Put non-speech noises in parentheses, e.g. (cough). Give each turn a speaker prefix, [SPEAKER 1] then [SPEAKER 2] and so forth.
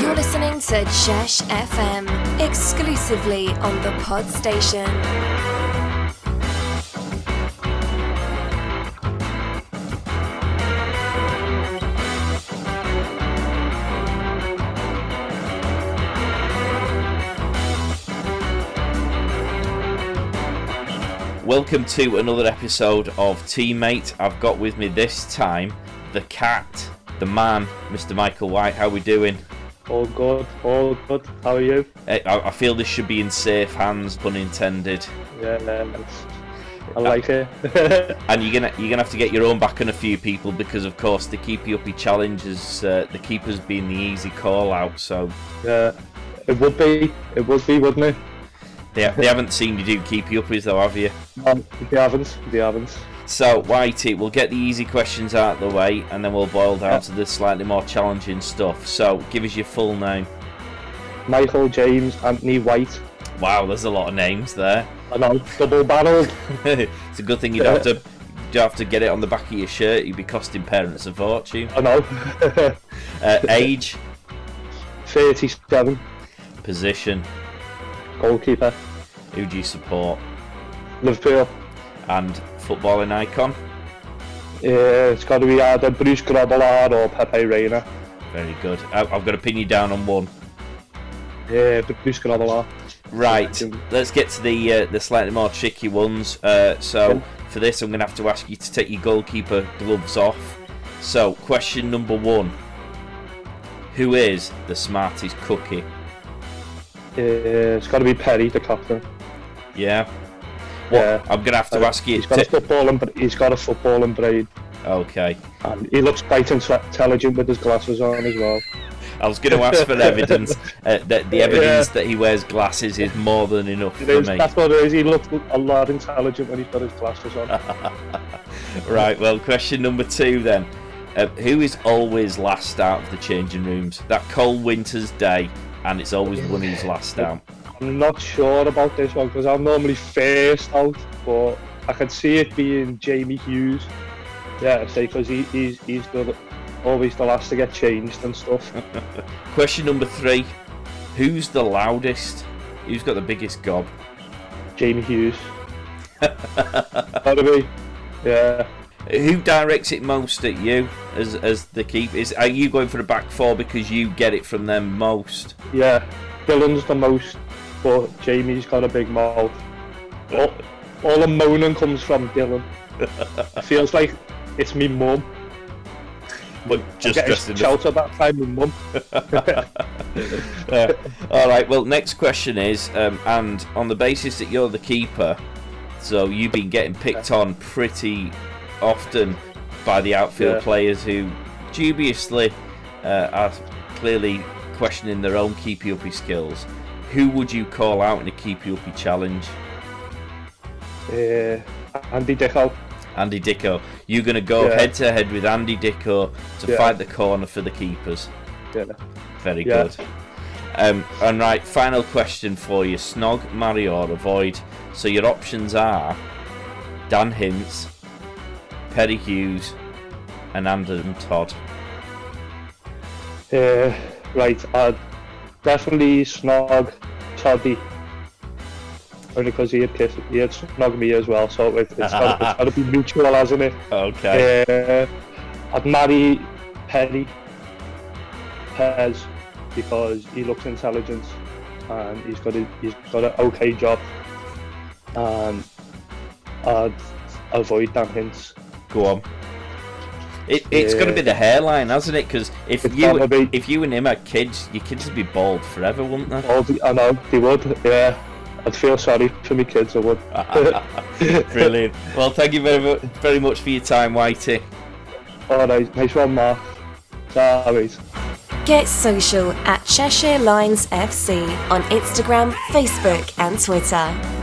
[SPEAKER 1] You're listening to Chesh FM exclusively on the Pod Station.
[SPEAKER 2] Welcome to another episode of Teammate. I've got with me this time the cat, the man, Mr. Michael White. How we doing?
[SPEAKER 3] All good, all good. oh How are you?
[SPEAKER 2] Eh, I I feel this should be in safe hands, pun intended.
[SPEAKER 3] Yeah, it's- I like it. (laughs)
[SPEAKER 2] And you're gonna you're gonna have to get your own back on a few people because, of course, the keepy uppy challenge is uh, the keeper's been the easy call out. So
[SPEAKER 3] yeah, it would be, it would be, wouldn't it?
[SPEAKER 2] they, they haven't seen you do keepy uppies though, have you?
[SPEAKER 3] Um, they haven't, they haven't.
[SPEAKER 2] So Whitey, we'll get the easy questions out of the way, and then we'll boil down to the slightly more challenging stuff. So give us your full name.
[SPEAKER 3] Michael James, Anthony White.
[SPEAKER 2] Wow, there's a lot of names there. (laughs)
[SPEAKER 3] I know, double barreled.
[SPEAKER 2] it's a good thing you don't have to you don't have to get it on the back of your shirt. You'd be costing parents a fortune.
[SPEAKER 3] I know. (laughs)
[SPEAKER 2] Uh, age,
[SPEAKER 3] 37,
[SPEAKER 2] position,
[SPEAKER 3] goalkeeper,
[SPEAKER 2] who do you support,
[SPEAKER 3] Liverpool.
[SPEAKER 2] and footballing icon.
[SPEAKER 3] Yeah, it's got to be either Bruce Grobbelaar or Pepe Reina.
[SPEAKER 2] Very good. I, I'm going to pin you down on one.
[SPEAKER 3] Yeah, Bruce Grobbelaar.
[SPEAKER 2] Right, let's get to the uh, the slightly more tricky ones. Uh, so for this, I'm going to have to ask you to take your goalkeeper gloves off. So question number one: Who is the smartest cookie?
[SPEAKER 3] Yeah, it's got to be Perry, the captain.
[SPEAKER 2] Yeah.
[SPEAKER 3] Yeah.
[SPEAKER 2] I'm going to have to ask you.
[SPEAKER 3] Uh, He's got a
[SPEAKER 2] To...
[SPEAKER 3] football and he's got a football and brain.
[SPEAKER 2] Okay.
[SPEAKER 3] And he looks quite inte- intelligent with his glasses on as well.
[SPEAKER 2] I was going to ask for evidence. Uh, that the evidence that he wears glasses is more than enough
[SPEAKER 3] It
[SPEAKER 2] for
[SPEAKER 3] is,
[SPEAKER 2] me.
[SPEAKER 3] that's what it is. He looks a lot intelligent when he's got his glasses on.
[SPEAKER 2] Right. Well, question number two then. Uh, who is always last out of the changing rooms? That cold winter's day, and it's always one who's last out.
[SPEAKER 3] I'm not sure about this one because I'm normally first out, but I can see it being Jamie Hughes. Yeah, I'd say because he, he's he's good, always the last to get changed and stuff.
[SPEAKER 2] Question number three. Who's the loudest? Who's got the biggest gob?
[SPEAKER 3] Jamie Hughes. Gotta be. Yeah.
[SPEAKER 2] Who directs it most at you as as the keep? Is are you going for the back four because you get it from them most?
[SPEAKER 3] Yeah, Dylan's the most, but Jamie's got a big mouth. All, all the moaning comes from Dylan. (laughs) it feels like it's me mum.
[SPEAKER 2] But
[SPEAKER 3] I'm getting shout at that time, my mum.
[SPEAKER 2] Uh, all right. Well, next question is, um, and on the basis that you're the keeper, so you've been getting picked on pretty often by the outfield
[SPEAKER 3] Yeah.
[SPEAKER 2] players who dubiously uh, are clearly questioning their own keepy uppy skills. Who would you call out in a keepy uppy challenge?
[SPEAKER 3] Uh, Andy Dickow.
[SPEAKER 2] Andy Dicko. You're going to go
[SPEAKER 3] Yeah.
[SPEAKER 2] head to head with Andy Dicko to
[SPEAKER 3] Yeah.
[SPEAKER 2] fight the corner for the keepers.
[SPEAKER 3] Yeah.
[SPEAKER 2] Very
[SPEAKER 3] Yeah.
[SPEAKER 2] good. Um, and right, final question for you: snog, marry, or avoid. So your options are Dan Hintz, Perry Hughes, and Andrew Todd.
[SPEAKER 3] Uh, right, I'd definitely snog Toddy. Only because he had kissed, he had snogged me as well, so it, it's got to be mutual, hasn't it?
[SPEAKER 2] Okay.
[SPEAKER 3] Uh, I'd marry Perry Pez because he looks intelligent and he's got a, he's got an okay job. And I'd avoid Dan Hints.
[SPEAKER 2] Go on. It, it's going to
[SPEAKER 3] Yeah.
[SPEAKER 2] be the hairline, hasn't it? Because if
[SPEAKER 3] It's
[SPEAKER 2] you
[SPEAKER 3] gotta be.
[SPEAKER 2] if you and him are kids, your kids would be bald forever, wouldn't they?
[SPEAKER 3] All the, I know they would. Yeah, I'd feel sorry for my kids. I would. (laughs)
[SPEAKER 2] Brilliant. (laughs) Well, thank you very mu- very much for your time, Whitey.
[SPEAKER 3] All right, nice one, Mark. All right.
[SPEAKER 1] Get social at Cheshire Lines FC on Instagram, Facebook, and Twitter.